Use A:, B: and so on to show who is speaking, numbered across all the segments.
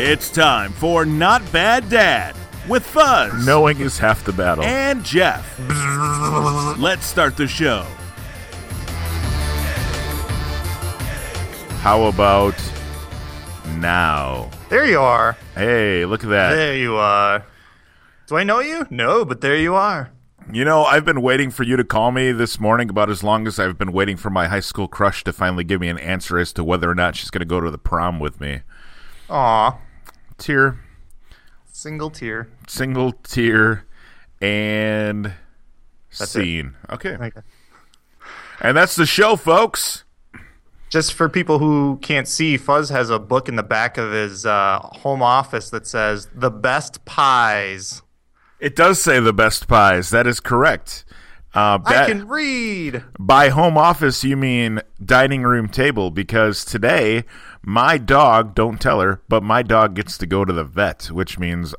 A: It's time for Not Bad Dad with Fuzz
B: Knowing is half the battle.
A: and Jeff. Let's start the show.
B: How about now?
C: There you are.
B: Hey, look at that.
C: There you are. Do I know you? No, but there you are.
B: You know, I've been waiting for you to call me this morning about as long as I've been waiting for my high school crush to finally give me an answer as to whether or not she's going to go to the prom with me.
C: Aw,
B: Tear,
C: single tear.
B: single tear, and
C: it.
B: scene. Okay.
C: Okay.
B: And that's the show, folks.
C: Just for people who can't see, Fuzz has a book in the back of his uh, home office that says "The Best Pies."
B: It does say the best pies. That is correct. Uh,
C: I
B: that-
C: can read.
B: By home office, you mean dining room table because today my dog, don't tell her, but my dog gets to go to the vet, which means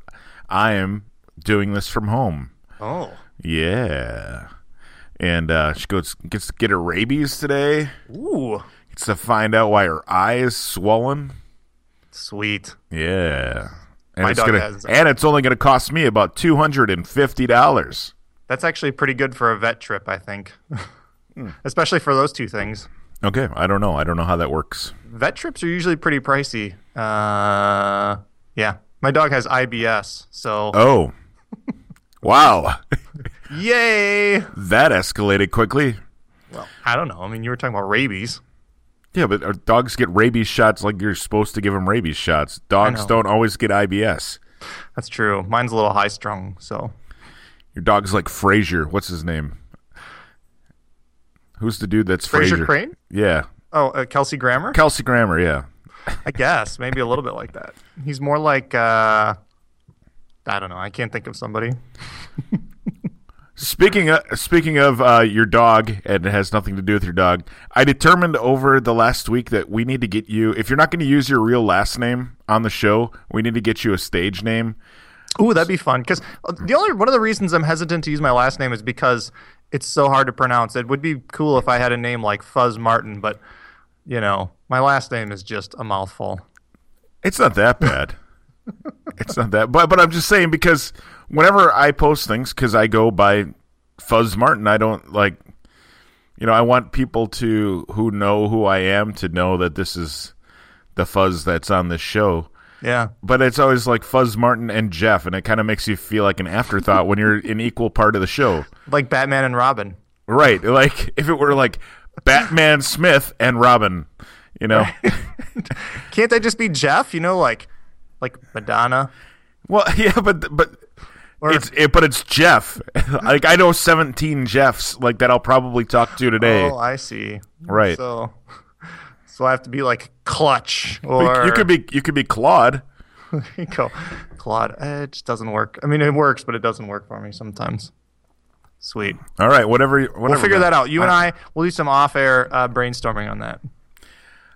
B: I am doing this from home.
C: Oh,
B: Yeah. And uh, she goes, gets to get her rabies today,
C: ooh,
B: gets to find out why her eye is swollen.
C: sweet.
B: Yeah. And,
C: My
B: it's,
C: dog
B: gonna,
C: has-
B: and it's only going to cost me about $250.
C: That's actually pretty good for a vet trip, I think.
B: Hmm.
C: Especially for those two things.
B: Okay. I don't know. I don't know how that works.
C: Vet trips are usually pretty pricey. Uh, yeah. My dog has IBS, so
B: Oh. wow.
C: yay.
B: That escalated quickly.
C: Well, I don't know. I mean, you were talking about rabies.
B: Yeah, but uh, dogs get rabies shots like you're supposed to give them rabies shots. Dogs
C: know.
B: don't always get IBS.
C: That's true. Mine's a little high strung, so
B: Your dog's like Frazier. What's his name? Who's the dude that's Frazier?
C: Fraser, Crane.
B: Yeah,
C: Oh, uh, Kelsey Grammer.
B: Kelsey Grammer. Yeah,
C: I guess maybe a little bit like that. He's more like uh, I don't know. I can't think of somebody.
B: Speaking of, speaking of uh, your dog, and it has nothing to do with your dog, I determined over the last week that we need to get you, if you're not going to use your real last name on the show, we need to get you a stage name.
C: Ooh, that'd be fun. Because the only one of the reasons I'm hesitant to use my last name is because it's so hard to pronounce. It would be cool if I had a name like Fuzz Martin, but you know, my last name is just a mouthful.
B: It's not that bad. it's not that, but but I'm just saying because whenever I post things, because I go by Fuzz Martin, I don't like, you know, I want people to who know who I am to know that this is the Fuzz that's on this show.
C: Yeah.
B: But it's always like Fuzz Martin and Jeff, and it kind of makes you feel like an afterthought when you're an equal part of the show,
C: Like Batman and Robin.
B: right? Like if it were like Batman Smith and Robin, you know.
C: Can't I just be Jeff? You know, like like Madonna.
B: Well, yeah, but but
C: Or-
B: it's it, but it's Jeff. like I know seventeen Jeffs like that. I'll probably talk to today.
C: Oh, I see.
B: Right.
C: So so I have to be like clutch
B: But
C: or
B: you could be you could be Claude.
C: go Claude. Eh, It just doesn't work. I mean, it works, but it doesn't work for me sometimes. Sweet.
B: All right, whatever. whatever
C: We'll figure that out. You and I will do some off-air uh, brainstorming on that.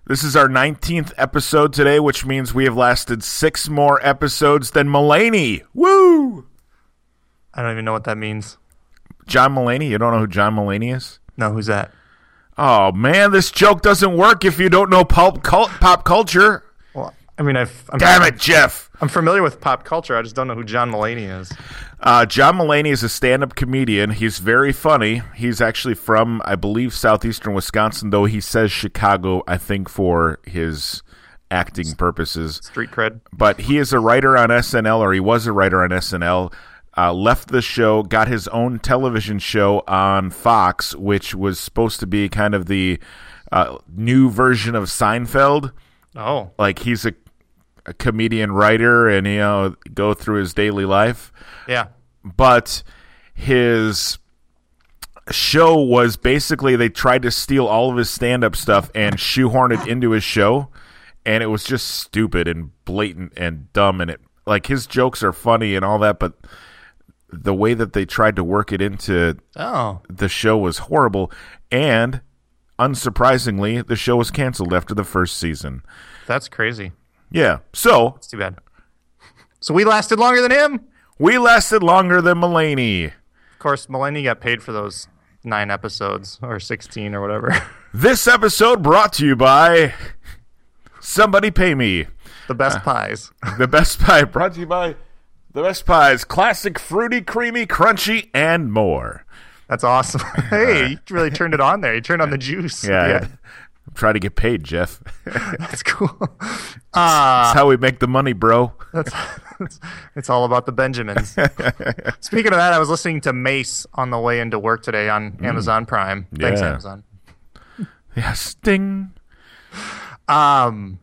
B: This is our nineteenth episode today, which means we have lasted six more episodes than Mulaney. Woo!
C: I don't even know what that means.
B: John Mulaney. You don't know who John Mulaney is?
C: No, who's that?
B: Oh man, this joke doesn't work if you don't know pulp cult, pop culture.
C: Well, I mean, I've, I'm,
B: Damn it, Jeff.
C: I'm familiar with pop culture. I just don't know who John Mulaney is.
B: Uh, John Mulaney is a stand-up comedian. He's very funny. He's actually from, I believe, southeastern Wisconsin, though he says Chicago. I think for his acting purposes
C: Street cred.
B: but he is a writer on SNL, or he was a writer on SNL. Uh, left the show, got his own television show on Fox, which was supposed to be kind of the uh, new version of Seinfeld.
C: Oh,
B: Like he's a, a comedian writer, and you know, go through his daily life
C: yeah.
B: but his show was basically they tried to steal all of his stand-up stuff and shoehorn it into his show and it was just stupid and blatant and dumb and it like his jokes are funny and all that but the way that they tried to work it into
C: Oh,
B: the show was horrible and unsurprisingly the show was canceled after the first season
C: that's crazy.
B: yeah so
C: It's too bad. So we lasted longer than him.
B: We lasted longer than Mulaney.
C: Of course, Mulaney got paid for those nine episodes or 16 or whatever.
B: This episode brought to you by Somebody Pay Me. Uh.
C: the best pies.
B: The Best Pie brought to you by The Best Pies Classic Fruity, Creamy, Crunchy, and more.
C: That's awesome. hey, you really turned it on there. You turned on the juice.
B: Yeah. I'm trying to get paid, Jeff.
C: Uh, that's cool. Uh,
B: That's how we make the money, bro.
C: that's, it's, it's all about the Benjamins. Speaking of that, I was listening to Mace on the way into work today on Amazon Prime. Thanks,
B: Mm. Yeah.
C: Amazon.
B: Yeah, sting.
C: Um,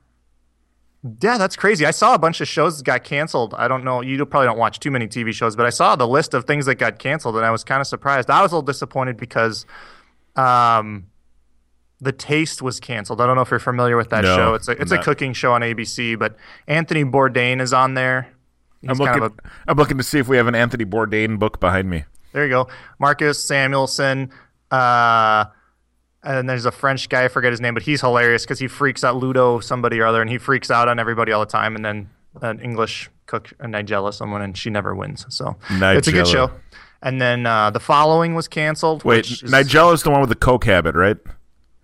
C: yeah, that's crazy. I saw a bunch of shows that got canceled. I don't know. You don't- probably don't watch too many TV shows, but I saw the list of things that got canceled, and I was kind of surprised. I was a little disappointed because, um, the Taste was canceled. I don't know if you're familiar with that
B: No,
C: show. It's a
B: I'm
C: it's a
B: not.
C: cooking show on ABC, but Anthony Bourdain is on there. He's
B: I'm
C: kind
B: looking,
C: of a
B: I'm looking to see if we have an Anthony Bourdain book behind me.
C: There you go. Marcus Samuelson. Uh, and there's a French guy, I forget his name, but he's hilarious because he freaks out Ludo, somebody or other, and he freaks out on everybody all the time. And then an English cook, a Nigella, someone, and she never wins. So it's a good
B: Nigella.
C: show. And then uh, the following was canceled.
B: Wait,
C: which is-
B: Nigella's the one with the coke habit, right?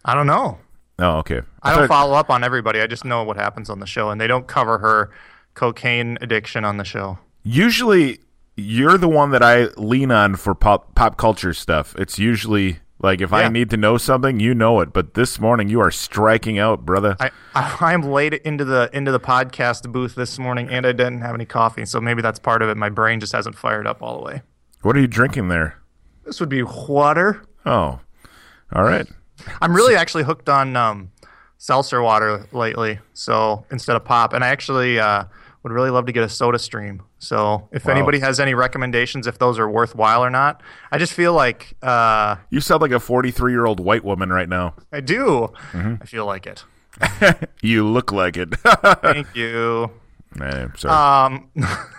C: I don't know.
B: Oh, okay.
C: I don't
B: thought-
C: follow up on everybody. I just know what happens on the show, and they don't cover her cocaine addiction on the show.
B: Usually, you're the one that I lean on for pop pop culture stuff. It's usually like if I
C: Yeah.
B: need to know something, you know it. But this morning, you are striking out, brother.
C: I, I I'm late into the into the podcast booth this morning, and I didn't have any coffee, so maybe that's part of it. My brain just hasn't fired up all the way.
B: what are you drinking there?
C: This would be water.
B: Oh, all right.
C: I'm really actually hooked on um, seltzer water lately. So instead of pop, and I actually uh, would really love to get a Soda Stream. So if anybody has any recommendations, if those are worthwhile or not, I just feel like uh,
B: You sound like a 43 year old white woman right now.
C: I do. I feel like it.
B: You look like it.
C: Thank you.
B: Eh, sorry.
C: Um,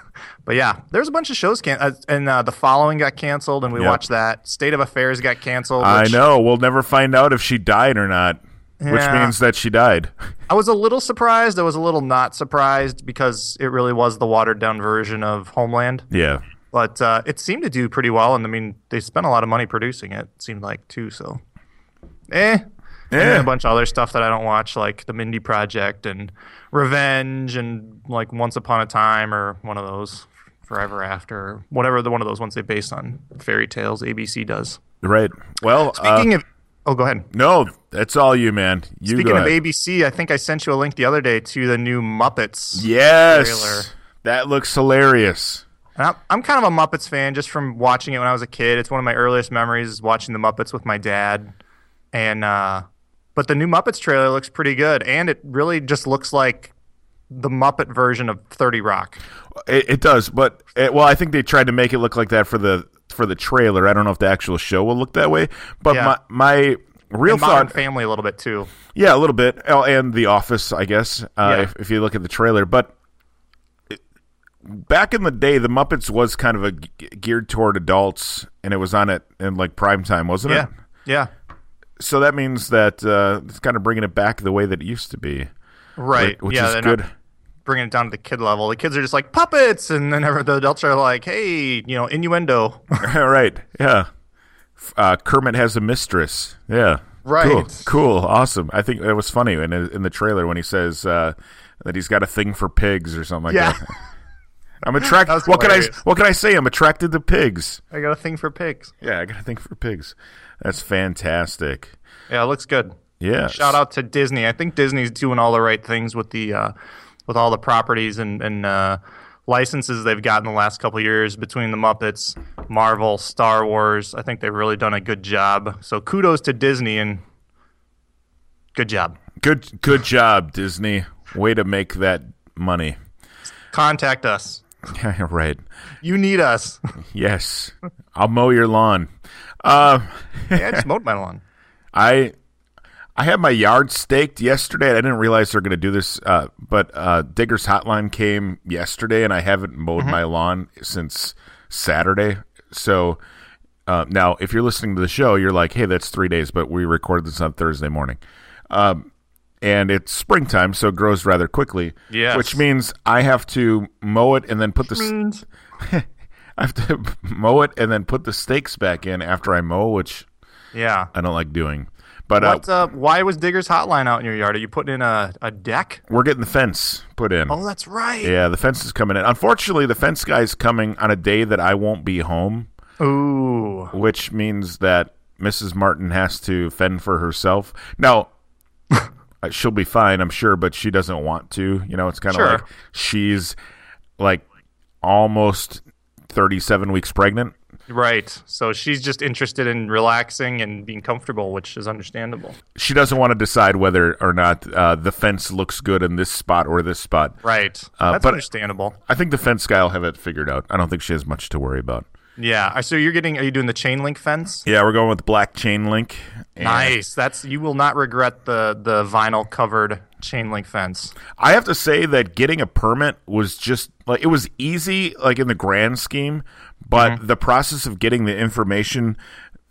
C: but yeah, there's a bunch of shows can uh, and uh, the following got canceled, and we
B: Yep.
C: watched that. State of Affairs got canceled.
B: I
C: which
B: know. We'll never find out if she died or not, which
C: Yeah.
B: means that she died.
C: I was a little surprised. I was a little not surprised because it really was the watered down version of Homeland.
B: Yeah.
C: But uh, it seemed to do pretty well, and I mean they spent a lot of money producing it. It seemed like too. So, eh. And then
B: Eh.
C: a bunch of other stuff that I don't watch, like The Mindy Project and Revenge and like Once Upon a Time or one of those Forever After, whatever the one of those ones they based on fairy tales ABC does.
B: Right. Well, uh,
C: Speaking of, oh, go ahead.
B: no, that's all you, man. You
C: Speaking
B: go
C: of
B: ahead.
C: ABC, I think I sent you a link the other day to the new Muppets.
B: Yes.
C: trailer.
B: That looks hilarious.
C: And I'm, I'm kind of a Muppets fan just from watching it when I was a kid. It's one of my earliest memories is watching the Muppets with my dad. And uh, but the new Muppets trailer looks pretty good, and it really just looks like the Muppet version of Thirty Rock.
B: It, it does, but it, well, I think they tried to make it look like that for the for the trailer. I don't know if the actual show will look that way, but
C: Yeah.
B: my my real
C: And Modern
B: thought,
C: Family a little bit too.
B: yeah, a little bit, Oh, and The Office, I guess, uh,
C: Yeah.
B: if, if you look at the trailer. But it- back in the day, the Muppets was kind of a ge- geared toward adults, and it was on it in like prime time, wasn't
C: Yeah,
B: it?
C: yeah,
B: So that means that uh, it's kind of bringing it back the way that it used to be,
C: right.
B: which
C: yeah,
B: is
C: they're not
B: good.
C: Bringing it down to the kid level. The kids are just like puppets, and then ever- the adults are like, "Hey, you know, innuendo."
B: All right. Yeah. F- Uh, Kermit has a mistress. Yeah.
C: Right.
B: Cool. Cool. Awesome. I think it was funny in in the trailer when he says uh, that he's got a thing for pigs or something like
C: Yeah.
B: that. I'm attracted.
C: was
B: What can I?
C: hilarious.
B: What can I say? I'm attracted to pigs.
C: I got a thing for pigs.
B: Yeah, I got a thing for pigs. That's fantastic.
C: Yeah, it looks good.
B: Yeah.
C: Shout out to Disney. I think Disney's doing all the right things with the uh, with all the properties and and uh, licenses they've gotten the last couple of years between the Muppets, Marvel, Star Wars. I think they've really done a good job. So kudos to Disney and good job.
B: Good. Good job, Disney. Way to make that money.
C: Contact us.
B: right.
C: You need us.
B: Yes. I'll mow your lawn. Uh,
C: yeah, I just mowed my lawn.
B: I I had my yard staked yesterday. and I didn't realize they're going to do this, uh, but uh, Diggers Hotline came yesterday, and I haven't mowed my lawn since Saturday. So uh, now, if you're listening to the show, you're like, "Hey, that's three days," but we recorded this on Thursday morning, um, and it's springtime, so it grows rather quickly.
C: Yes.
B: which means I have to mow it and then put the s- I have to mow it and then put the stakes back in after I mow, which
C: Yeah.
B: I don't like doing. But uh,
C: What's up? Why was Digger's Hotline out in your yard? Are you putting in a, a deck?
B: we're getting the fence put in.
C: Oh, that's right.
B: Yeah, the fence is coming in. Unfortunately, the fence guy's coming on a day that I won't be home,
C: Ooh.
B: which means that Mrs. Martin has to fend for herself. Now, uh, she'll be fine, I'm sure, but she doesn't want to. You know, it's kind of
C: Sure.
B: like she's like almost 37 weeks pregnant.
C: Right. So she's just interested in relaxing and being comfortable, which is understandable.
B: She doesn't want to decide whether or not uh, the fence looks good in this spot or this spot.
C: Right.
B: Uh,
C: that's
B: but-
C: understandable.
B: I think the fence guy will have it figured out. I don't think she has much to worry about.
C: Yeah. Uh, So you're getting? Are you doing the chain link fence?
B: Yeah, we're going with black chain link. and-
C: Nice. That's you will not regret the the vinyl covered chain link fence.
B: I have to say that getting a permit was just like it was easy, like in the grand scheme, but the process of getting the information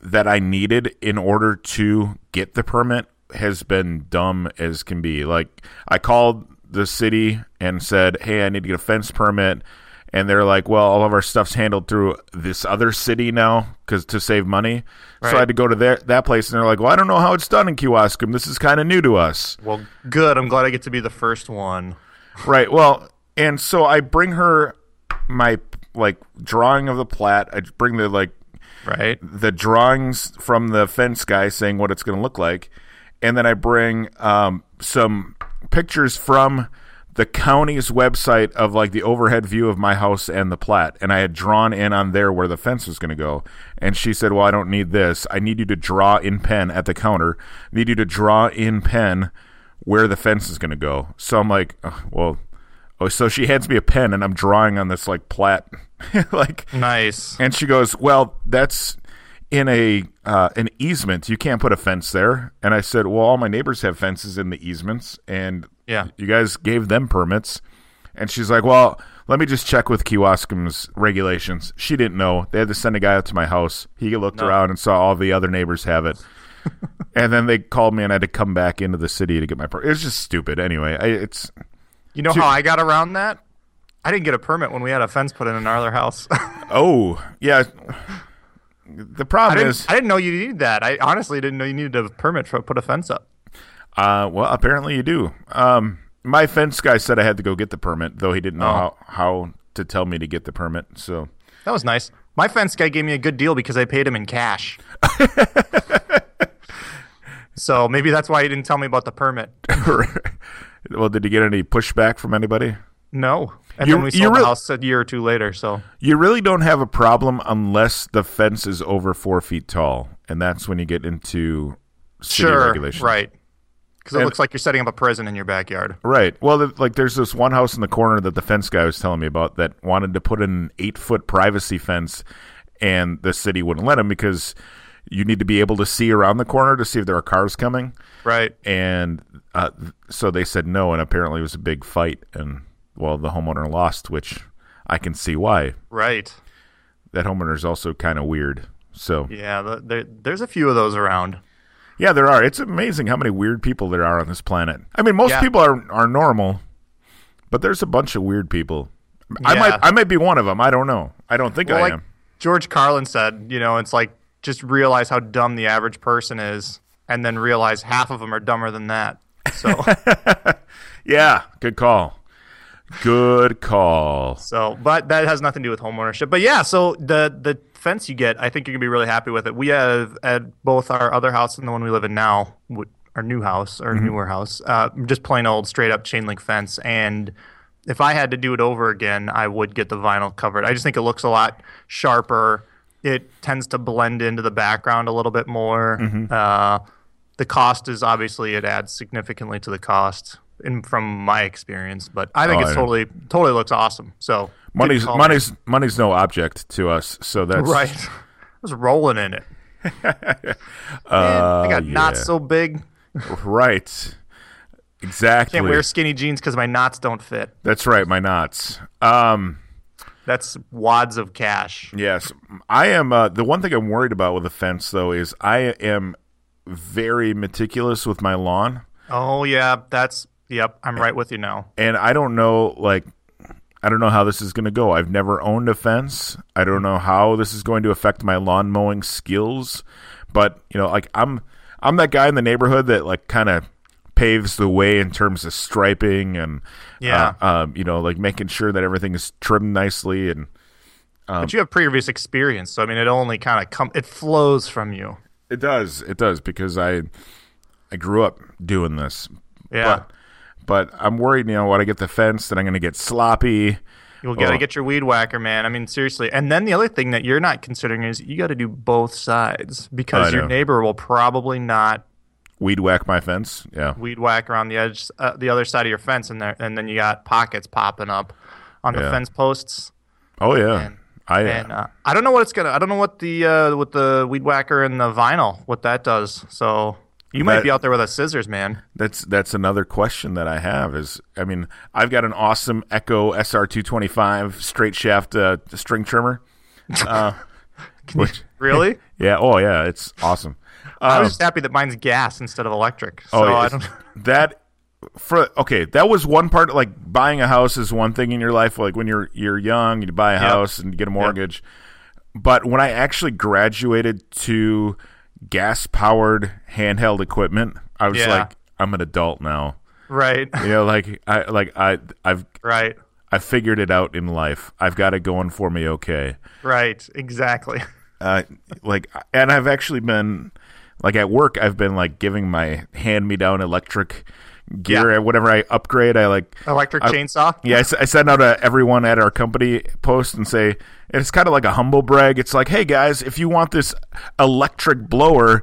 B: that I needed in order to get the permit has been dumb as can be. Like I called the city and said, "Hey, I need to get a fence permit." And they're like, "Well, all of our stuff's handled through this other city now cuz to save money." So I
C: Right.
B: had to go to their, that place and they're like, "Well, I don't know how it's done in Kewaskum. This is kind of new to us."
C: Well, good. I'm glad I get to be the first one.
B: Right. Well, and so I bring her my like drawing of the plat. I bring the like
C: Right.
B: the drawings from the fence guy saying what it's going to look like, and then I bring um, some pictures from the county's website of like the overhead view of my house and the plat and i had drawn in on there where the fence was going to go and she said well i don't need this i need you to draw in pen at the counter I need you to draw in pen where the fence is going to go so i'm like "Ugh, well oh so she hands me a pen and i'm drawing on this like plat like
C: Nice.
B: and she goes, "Well, that's in a uh, an easement. You can't put a fence there." And I said, "Well, all my neighbors have fences in the easements, and
C: Yeah.
B: you guys gave them permits." And she's like, "Well, let me just check with Kewaskum's regulations." She didn't know. They had to send a guy out to my house. He looked around and saw all the other neighbors have it. and then they called me, and I had to come back into the city to get my permit. It was just stupid. Anyway, I, it's
C: You know how I got around that? I didn't get a permit when we had a fence put in in our other house.
B: oh yeah. The
C: I
B: problem
C: didn't,
B: is,
C: I didn't know you needed that. I honestly didn't know you needed a permit to put a fence up.
B: Uh, well, apparently you do. Um, my fence guy said I had to go get the permit, though he didn't know how, how to tell me to get the permit. So
C: That was nice. My fence guy gave me a good deal because I paid him in cash. so maybe that's why he didn't tell me about the permit.
B: well, did you get any pushback from anybody?
C: No. And
B: You-
C: then
B: you
C: we sold
B: really-
C: the house a year or two later. So
B: You really don't have a problem unless the fence is over four feet tall, and that's when you get into city
C: sure,
B: regulations.
C: right? Because it
B: And-
C: looks like you're setting up a prison in your backyard.
B: Right. Well, th- like there's this one house in the corner that the fence guy was telling me about that wanted to put in an eight foot privacy fence, and the city wouldn't let him because you need to be able to see around the corner to see if there are cars coming.
C: Right.
B: And uh, th- so they said no, and apparently it was a big fight, and well, the homeowner lost, which I can see why.
C: Right.
B: That homeowner is also kind of weird. So yeah.
C: Yeah. The, there, there's a few of those around.
B: there are. It's amazing how many weird people there are on this planet. I mean, most
C: Yeah.
B: people are are normal, but there's a bunch of weird people. I
C: Yeah.
B: might I might be one of them. I don't know. I don't think
C: Well,
B: I
C: like
B: am.
C: George Carlin said, you know, it's like just realize how dumb the average person is, and then realize half of them are dumber than that. So.
B: Yeah, good call. Good call.
C: So, but that has nothing to do with homeownership. But yeah, so the the fence you get, I think you're gonna be really happy with it. We have at both our other house and the one we live in now, w- our new house, our newer house, uh, just plain old straight up chain link fence. And if I had to do it over again, I would get the vinyl covered. I just think it looks a lot sharper. It tends to blend into the background a little bit more. Uh, the cost is obviously it adds significantly to the cost. In, from my experience, but I think
B: Oh,
C: it's
B: I know.
C: totally totally totally looks awesome. So
B: Money's
C: good call.
B: money's money's no object to us, so that's
C: right. I was rolling in it. Man, I got
B: Uh,
C: knots
B: yeah.
C: so big.
B: Right. Exactly.
C: Can't wear skinny jeans because my knots don't fit.
B: That's right, my knots. Um,
C: That's wads of cash.
B: yes, I am. Uh, the one thing I'm worried about with the fence, though, is I am very meticulous with my lawn,
C: Oh yeah, that's yep. I'm right with you now.
B: and I don't know. Like, I don't know how this is going to go. I've never owned a fence. I don't know how this is going to affect my lawn mowing skills, but you know, like I'm I'm that guy in the neighborhood that like kind of paves the way in terms of striping and
C: Yeah.
B: uh, um, you know, like making sure that everything is trimmed nicely and Um,
C: but you have previous experience, so I mean, it only kind of come, it flows from you.
B: it does. It does because I I grew up doing this.
C: Yeah,
B: But, but I'm worried, you know, when I get the fence, then I'm going to get sloppy.
C: you got
B: oh.
C: to get your weed whacker, man. I mean, seriously. And then the other thing that you're not considering is you got to do both sides
B: I
C: because your
B: know.
C: neighbor will probably not
B: Weed whack my fence. Yeah.
C: weed whack around the edge, uh, the other side of your fence, and there, and then you got pockets popping up on the
B: Yeah.
C: fence posts.
B: Oh yeah. I
C: And uh, I don't know what it's gonna. I don't know what the uh, with the weed whacker and the vinyl what that does. So you might
B: That-
C: be out there with a scissors, man.
B: That's that's another question that I have is I mean I've got an awesome Echo SR225 straight shaft uh, string trimmer, uh, which
C: Really?
B: yeah oh yeah it's awesome.
C: I
B: Um, oh,
C: was just happy that mine's gas instead of electric. So
B: yeah,
C: I
B: it's-
C: don't.
B: that for okay that was one part like buying a house is one thing in your life like when you're you're young you buy a house and you get a mortgage but when i actually graduated to gas powered handheld equipment i was
C: Yeah.
B: like i'm an adult now
C: Right.
B: you know like i like i i've
C: Right.
B: i figured it out in life i've got it going for me okay
C: Right. Exactly.
B: uh, like and i've actually been like at work i've been like giving my hand me down electric gear
C: Yeah.
B: and whatever i upgrade i like
C: Electric
B: I-
C: chainsaw.
B: yeah I, s- I send out a, everyone at our company post and say and it's kind of like a humble brag it's like hey guys if you want this electric blower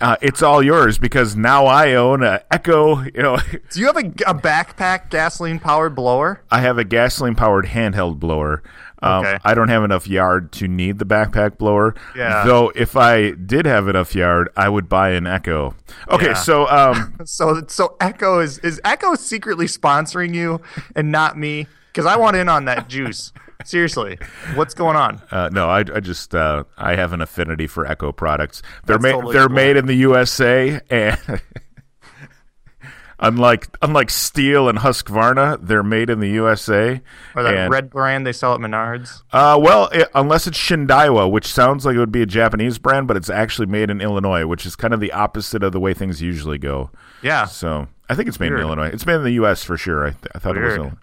B: uh, it's all yours because now i own a echo you know
C: Do you have a, a backpack gasoline powered blower?
B: I have a gasoline powered handheld blower. Um,
C: Okay.
B: I don't have enough yard to need the backpack blower.
C: Yeah.
B: Though if I did have enough yard, I would buy an Echo. Okay,
C: Yeah.
B: so um,
C: So so Echo is is Echo secretly sponsoring you and not me because I want in on that juice. Seriously, what's going on?
B: uh, no, I, I just uh, I have an affinity for Echo products. They're
C: That's
B: made
C: totally
B: they're
C: cool.
B: made in the USA and. Unlike unlike steel and Husqvarna, they're made in the USA.
C: Or that
B: and-
C: red brand they sell at Menards.
B: Uh, well, it, unless it's Shindaiwa, which sounds like it would be a Japanese brand, but it's actually made in Illinois, which is kind of the opposite of the way things usually go.
C: Yeah.
B: So I think it's made
C: Weird.
B: in Illinois. It's made in the U.S. for sure. I, th- I thought it was.
C: Weird.
B: Illinois.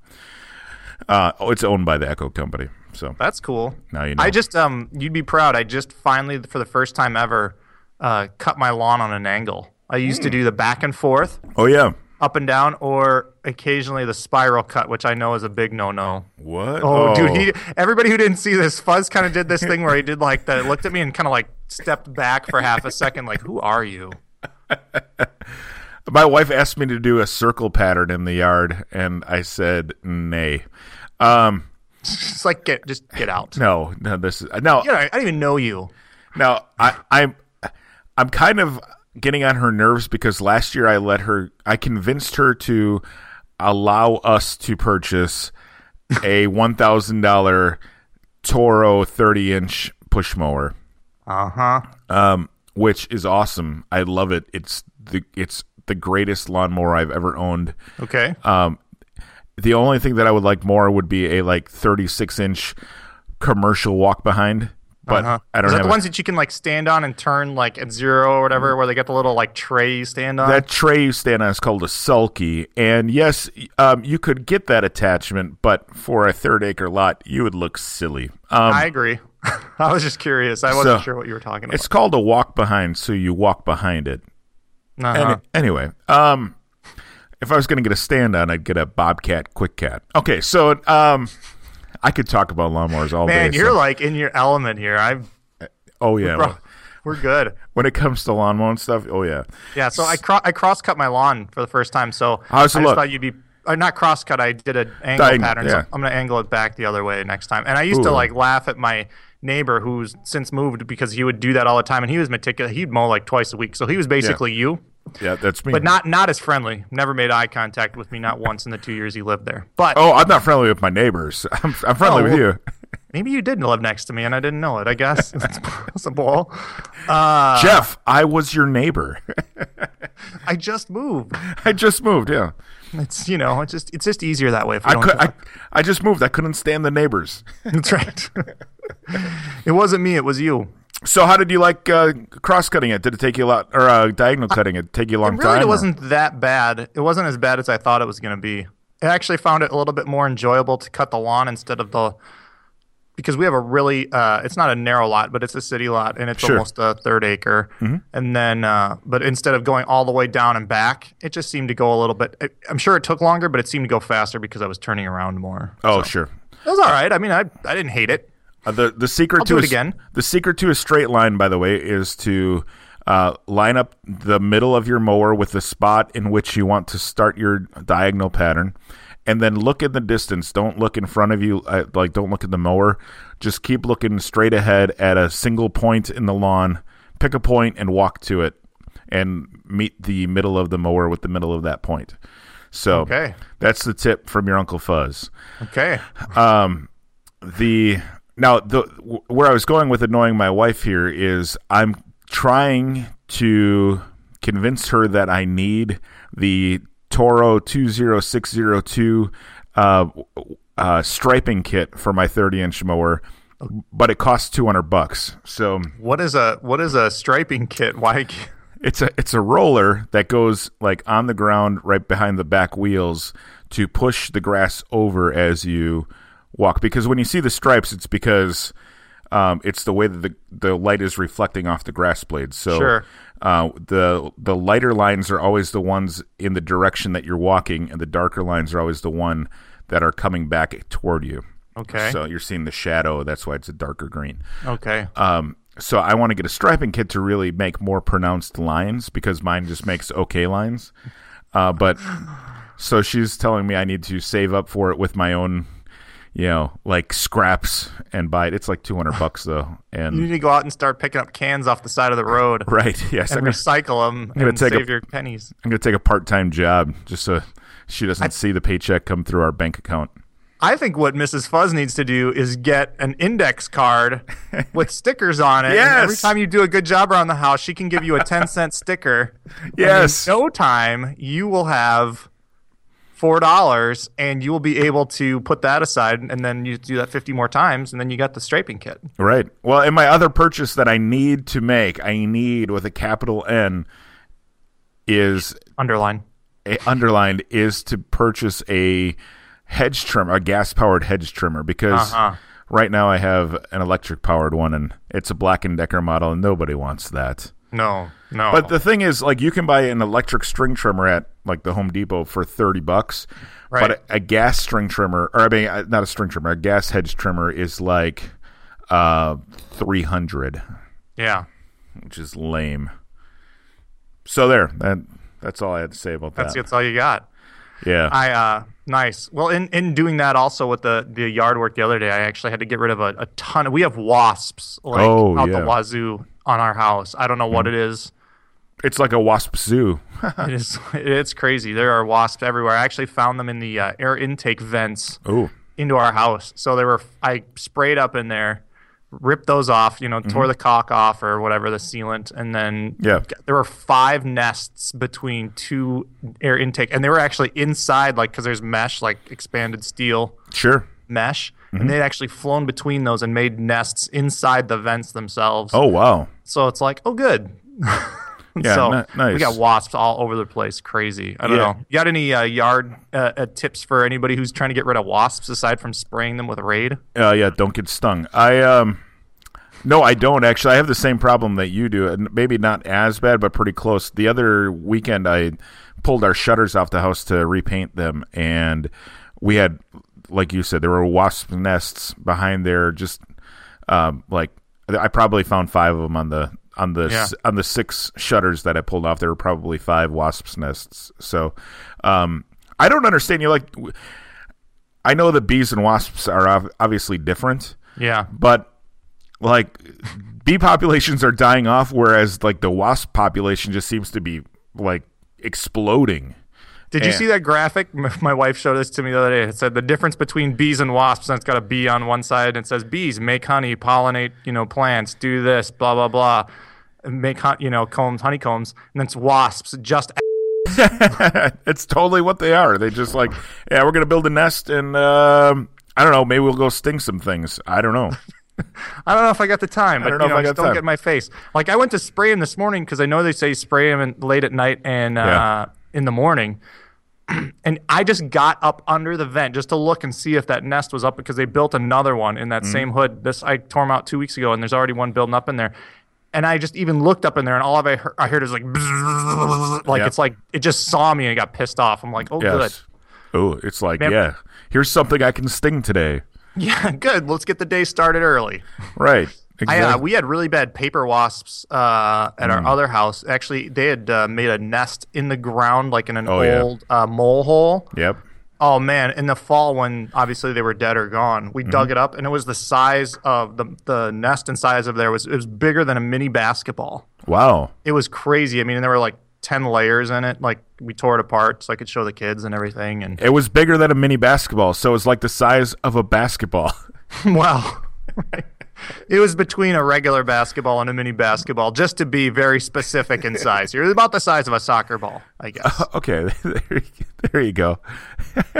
B: Uh, oh, it's owned by the Echo Company. So
C: That's cool.
B: Now you know.
C: I just um, you'd be proud. I just finally, for the first time ever, uh, cut my lawn on an angle. I used
B: Hmm.
C: to do the back and forth,
B: oh yeah,
C: up and down, or occasionally the spiral cut, which I know is a big no-no.
B: what?
C: Oh, dude, he everybody who didn't see this, Fuzz kind of did this thing where he did like the looked at me and kind of like stepped back for half a second, like, "Who are you?"
B: My wife asked me to do a circle pattern in the yard, and I said nay. Um,
C: It's like get just get out.
B: no, no, this is no.
C: You know, I don't even know you.
B: Now I, I'm I'm kind of getting on her nerves because last year I let her I convinced her to allow us to purchase a one thousand dollar Toro thirty inch push mower.
C: Uh huh.
B: Um, which is awesome. I love it. It's the it's the greatest lawnmower I've ever owned.
C: Okay.
B: Um, The only thing that I would like more would be a like thirty six inch commercial walk behind. But
C: Uh-huh.
B: I don't
C: Is that
B: have a-
C: the ones that you can like stand on and turn like at zero or
B: Mm.
C: whatever, where they get the little like tray you stand on?
B: That tray you stand on is called a sulky, and yes, y- um, you could get that attachment, but for a third acre lot, you would look silly. Um,
C: I agree. I was just curious. I wasn't
B: So,
C: sure what you were talking about.
B: it's called a walk behind, so you walk behind it.
C: Uh-huh.
B: Any- anyway, um, if I was going to get a stand on, I'd get a Bobcat Quick Cat. Okay, so um, I could talk about lawnmowers all
C: Man,
B: day.
C: you're
B: so-
C: like in your element here. I
B: oh yeah.
C: bro,
B: well,
C: we're good.
B: When it comes to lawnmowing stuff, oh yeah.
C: Yeah. So I cro- I cross cut my lawn for the first time. So
B: How's it
C: I just
B: look?
C: thought you'd be. Or not cross cut. I did an angle
B: Diagonal,
C: pattern.
B: yeah.
C: So I'm gonna angle it back the other way next time. And I used to
B: Ooh.
C: like laugh at my neighbor who's since moved because he would do that all the time and he was meticulous. He'd mow like twice a week. So he was basically you.
B: Yeah, that's me.
C: but not not as friendly. Never made eye contact with me, not once in the two years he lived there. But
B: Oh, I'm not friendly with my neighbors. I'm, I'm friendly
C: Oh,
B: with
C: well-
B: you.
C: maybe you did live next to me, and I didn't know it. I guess it's possible.
B: Jeff, I was your neighbor.
C: I just moved.
B: I just moved. Yeah,
C: It's you know, it's just it's just easier that way. If we
B: I
C: don't
B: could.
C: have
B: I, I just moved. I couldn't stand the neighbors.
C: to- That's right. it wasn't me. It was you.
B: So how did you like uh, cross cutting it? Did it take you a lot, or uh, diagonal cutting it? Take you a long
C: Really,
B: time?
C: it
B: or-
C: wasn't that bad. It wasn't as bad as I thought it was going to be. I actually found it a little bit more enjoyable to cut the lawn instead of the because we have a really uh, it's not a narrow lot, but it's a city lot and it's
B: Sure.
C: almost a third acre. And then, uh, but instead of going all the way down and back, it just seemed to go a little bit. I, I'm sure it took longer, but it seemed to go faster because I was turning around more.
B: Oh, sure.
C: It was all right. I mean, I I didn't hate it.
B: Uh, the the secret to
C: do
B: a
C: it
B: s-
C: again.
B: The secret to a straight line, by the way, is to uh, line up the middle of your mower with the spot in which you want to start your diagonal pattern, and then look in the distance. Don't look in front of you. Uh, like don't look at the mower. Just keep looking straight ahead at a single point in the lawn. Pick a point and walk to it, and meet the middle of the mower with the middle of that point. So
C: Okay.
B: that's the tip from your uncle Fuzz
C: Okay.
B: the now the where I was going with annoying my wife here is I'm trying to convince her that I need the Toro two zero six zero two uh, uh, striping kit for my thirty inch mower, but it costs two hundred bucks. So
C: What is a what is a striping kit? Why?
B: it's a it's a roller that goes like on the ground right behind the back wheels to push the grass over as you walk. Because when you see the stripes, it's because um, it's the way that the the light is reflecting off the grass blades. So
C: Sure.
B: uh, the the lighter lines are always the ones in the direction that you're walking, and the darker lines are always the one that are coming back toward you.
C: Okay.
B: So you're seeing the shadow. That's why it's a darker green.
C: Okay.
B: Um, so I want to get a striping kit to really make more pronounced lines because mine just makes okay lines. Uh, but so she's telling me I need to save up for it with my own, you know, like scraps and buy it. It's like two hundred bucks though,
C: You
B: and
C: need to go out and start picking up cans off the side of the road
B: right, yes, I'm
C: and
B: gonna,
C: recycle them
B: gonna
C: and
B: take a-
C: save your pennies.
B: I'm gonna take a part time job just so she doesn't see the paycheck come through our bank account.
C: I think what Mrs. Fuzz needs to do is get an index card with stickers on it. and every
B: Yes.
C: time you do a good job around the house, she can give you a 10 cent sticker. And
B: Yes.
C: In no time, you will have $4 and you will be able to put that aside. And then you do that 50 more times. And then you got the striping kit.
B: Right. Well, and my other purchase that I need to make, I need with a capital N, is
C: Underline.
B: eh, underlined is to purchase a hedge trimmer, a gas powered hedge trimmer, because
C: Uh-huh.
B: right now I have an electric powered one and it's a Black and Decker model, and nobody wants that.
C: No, no.
B: But the thing is, like, you can buy an electric string trimmer at like the Home Depot for thirty bucks,
C: Right.
B: but a, a gas string trimmer, or I mean, uh, not a string trimmer, a gas hedge trimmer is like uh three hundred,
C: yeah.
B: which is lame. So there, that that's all I had to say about
C: That's,
B: that.
C: that's all you got.
B: Yeah,
C: I uh nice. Well, in in doing that also with the the yard work the other day, I actually had to get rid of a, a ton. We have wasps like
B: Oh,
C: out
B: yeah. Hmm.
C: the wazoo on our house. I don't know what it is.
B: it's like a wasp zoo.
C: It is it's crazy. There are wasps everywhere. I actually found them in the uh, air intake vents
B: Ooh.
C: into our house. So they were I sprayed up in there, ripped those off, you know, tore the caulk off or whatever the sealant, and then
B: Mm-hmm. Yeah.
C: there were five nests between two air intake, and they were actually inside, like because there's mesh, like expanded steel
B: Sure.
C: mesh.
B: Mm-hmm.
C: And they'd actually flown between those and made nests inside the vents themselves.
B: Oh wow.
C: So it's like, oh, good.
B: Yeah,
C: so
B: ni- nice.
C: we got wasps all over the place. Crazy. I don't
B: Yeah.
C: know. You got any uh, yard uh, uh, tips for anybody who's trying to get rid of wasps aside from spraying them with Raid?
B: Uh, yeah. Don't get stung. I um. No, I don't actually. I have the same problem that you do, and maybe not as bad, but pretty close. The other weekend, I pulled our shutters off the house to repaint them, and we had, like you said, there were wasp nests behind there. Just um, like I probably found five of them on the on the s- on the six shutters that I pulled off. There were probably five wasps nests. So um, I don't understand. You like, w- I know the bees and wasps are ob- obviously different
C: Yeah.
B: but like bee populations are dying off whereas like the wasp population just seems to be like exploding
C: Did you
B: Yeah.
C: see that graphic? M- My wife showed this to me the other day. It said the difference between bees and wasps, and it's got a bee on one side, and it says bees make honey, pollinate, you know, plants, do this, blah blah blah. and make hon- you know combs, honeycombs, and it's wasps just
B: it's totally what they are. They just like, yeah, we're gonna build a nest, and um, I don't know, maybe we'll go sting some things. I don't know.
C: I don't know if I got the time, but
B: don't
C: don't
B: know if
C: know
B: I got
C: just don't
B: time.
C: get my face. Like I went to spray him this morning because I know they say spray him in, late at night and uh,
B: Yeah.
C: in the morning. and I just got up under the vent just to look and see if that nest was up because they built another one
B: Mm-hmm.
C: in that same hood. This I tore 'em out two weeks ago, and there's already one building up in there. And I just even looked up in there, and all I heard, I heard is like, like
B: Yeah.
C: it's like it just saw me and got pissed off. I'm like, oh, good.
B: yes. Oh, it's like,
C: Man-
B: yeah, here's something I can sting today.
C: Yeah, good. Let's get the day started early.
B: Right.
C: I,
B: Exactly.
C: uh, we had really bad paper wasps uh, at
B: Hmm.
C: our other house. Actually, they had uh, made a nest in the ground, like in an
B: Oh, yeah.
C: old uh, mole hole.
B: yep.
C: Oh man! In the fall, when obviously they were dead or gone, we
B: Mm-hmm.
C: dug it up, and it was the size of the the nest and size of there was it was bigger than a mini basketball.
B: Wow.
C: It was crazy. I mean, and there were like ten layers in it. Like we tore it apart so I could show the kids and everything. And
B: It was bigger than a mini basketball, so it's like the size of a basketball.
C: Well, it was between a regular basketball and a mini basketball, just to be very specific in size. You're about the size of a soccer ball, I guess.
B: Oh, okay, there, you- there you go.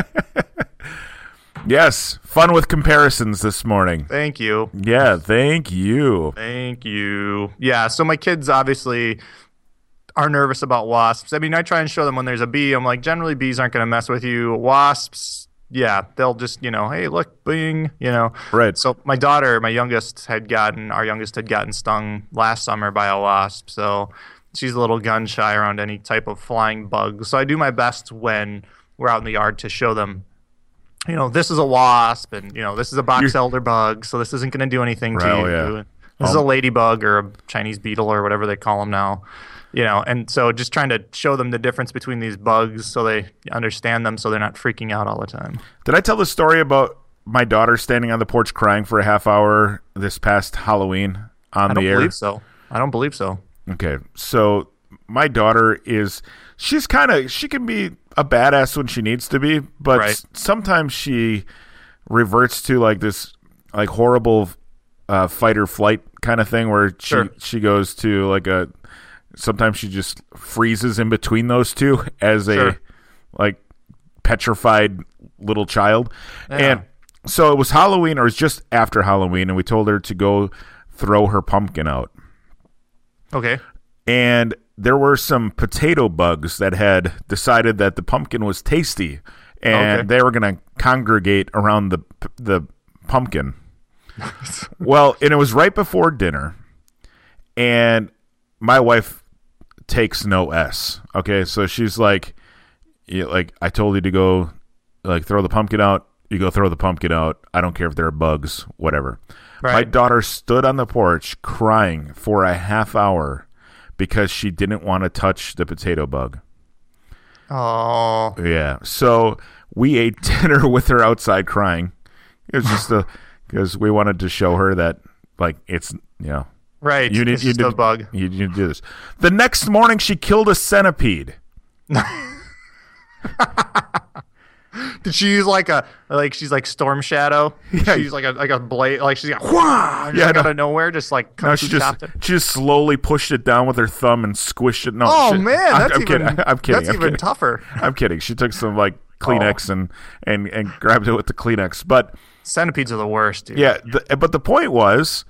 B: yes, fun with comparisons this morning.
C: Thank you.
B: Yeah, thank you.
C: Thank you. Yeah, so my kids obviously are nervous about wasps. I mean, I try and show them when there's a bee, I'm like, generally bees aren't going to mess with you. Wasps, yeah, they'll just, you know, hey, look, bing, you know.
B: Right.
C: So my daughter, my youngest, had gotten our youngest had gotten stung last summer by a wasp. So she's a little gun shy around any type of flying bug. So I do my best when we're out in the yard to show them, you know, this is a wasp, and you know, this is a box elder bug. So this isn't going to do anything
B: Right, oh,
C: to you.
B: yeah. Um,
C: This is a ladybug or a Chinese beetle or whatever they call them now. You know, and so just trying to show them the difference between these bugs so they understand them so they're not freaking out all the time.
B: Did I tell the story about my daughter standing on the porch crying for a half hour this past Halloween on
C: I don't
B: the air?
C: believe so. I don't believe so.
B: Okay. So my daughter is she's kind of she can be a badass when she needs to be, but
C: Right.
B: s- sometimes she reverts to like this like horrible uh, fight or flight kind of thing where she
C: Sure.
B: she goes to like a sometimes she just freezes in between those two as a
C: Sure.
B: like petrified little child. And so it was Halloween or it was just after Halloween and we told her to go throw her pumpkin out
C: Okay.
B: and there were some potato bugs that had decided that the pumpkin was tasty, and
C: Okay.
B: they were going to congregate around the p- the pumpkin. well, and it was right before dinner, and my wife takes no s. Okay, so she's like, you like I told you to go, like throw the pumpkin out. You go throw the pumpkin out. I don't care if there are bugs, whatever. My
C: Right.
B: daughter stood on the porch crying for a half hour because she didn't want to touch the potato bug.
C: Oh,
B: Yeah. So we ate dinner with her outside crying. It was just a because we wanted to show her that like it's you know
C: right.
B: you need
C: it's
B: you
C: just
B: need,
C: a bug.
B: You, you do this. The next morning, she killed a centipede.
C: Did she use like a like she's like Storm Shadow? Yeah. She's like a like a blade like she's got whah,
B: Yeah,
C: just
B: no.
C: out of nowhere, just like
B: No,
C: kung
B: she
C: fu
B: just
C: chopped it.
B: she just slowly pushed it down with her thumb and squished it. No,
C: Oh
B: she-
C: man,
B: I'm-
C: that's
B: I'm,
C: even
B: kidding. I'm kidding.
C: that's
B: I'm
C: even Oh.
B: kidding.
C: tougher.
B: I'm kidding. She took some like Kleenex and, and and grabbed it with the Kleenex. But
C: Centipedes are the worst, dude.
B: yeah, the, but the point was,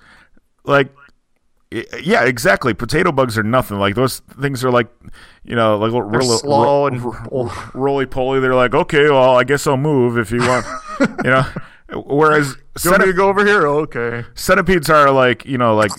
B: like, y- yeah, exactly. Potato bugs are nothing. Like those things are like, you know, like little
C: They're
B: roly- ro-
C: slow and oh.
B: roly poly. They're like, okay, well, I guess I'll move if you want, you know. Whereas
C: you want me to
B: centip-
C: go over here? Okay.
B: centipedes are like, you know, like.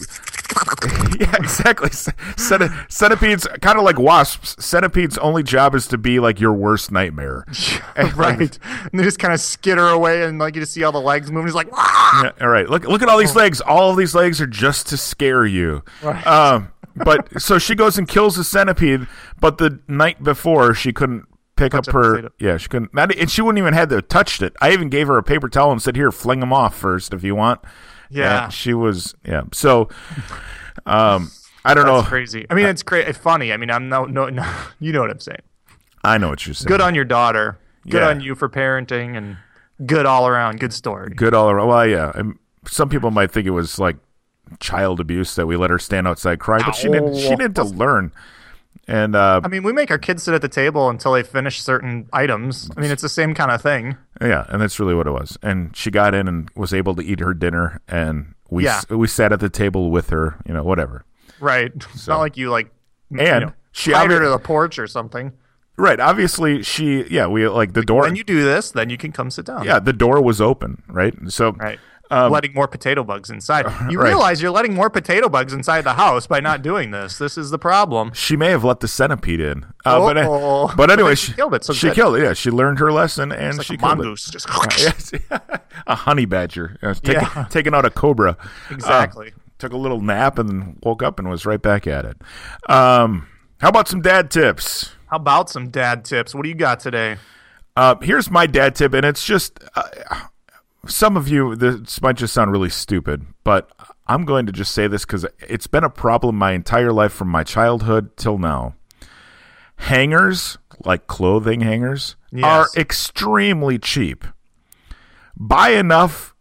B: yeah, exactly. C- Centi- centipedes, kind of like wasps. Centipedes' only job is to be like your worst nightmare.
C: right. And they just kind of skitter away, and like you just see all the legs moving. He's like, "Wah!"
B: Yeah, all right. Look look at all these legs. All of these legs are just to scare you. Um, but so she goes and kills the centipede, but the night before she couldn't pick up
C: a
B: her
C: potato.
B: yeah she couldn't not, e, and she wouldn't even have to touched it i even gave her a paper towel and said here fling them off first if you want
C: Yeah.
B: And she was yeah so um i don't know
C: That's crazy. I mean, it's cra It's funny. I mean, I'm no, no, no. You know what I'm saying.
B: i know what you're saying
C: Good on your daughter. Good
B: Yeah.
C: on you for parenting, and good all around. Good story.
B: good all around well yeah and some people might think it was like child abuse that we let her stand outside crying, but she didn't. She didn't to learn. And uh,
C: I mean, we make our kids sit at the table until they finish certain items. I mean, it's the same kind of thing.
B: yeah, and that's really what it was. And she got in and was able to eat her dinner, and we
C: Yeah.
B: s- we sat at the table with her. You know, whatever.
C: Right. It's not like you like you
B: And
C: know,
B: she
C: hide her
B: obvi-
C: to the porch or something.
B: Right. Obviously, she. Yeah, we like the door.
C: When you do this, then you can come sit down.
B: yeah, the door was open. Right. So.
C: Right. letting more potato bugs inside. You
B: right.
C: realize you're letting more potato bugs inside the house by not doing this. This is the problem.
B: She may have let the centipede in, uh, but
C: Uh-oh.
B: but anyway,
C: Oh. She
B: she
C: killed it, so
B: she
C: good.
B: killed it. Yeah, she learned her lesson, and
C: It's
B: she
C: like a
B: killed it.
C: mongoose. Just
B: Yes. a honey badger. Yeah, it's taking,
C: Yeah.
B: taking out a cobra.
C: Exactly.
B: Uh, took a little nap and then woke up and was right back at it. Um, how about some dad tips?
C: How about some dad tips? What do you got today?
B: Uh, here's my dad tip, and it's just uh, some of you, this might just sound really stupid, but I'm going to just say this because it's been a problem my entire life from my childhood till now. Hangers, like clothing hangers,
C: Yes.
B: are extremely cheap. Buy enough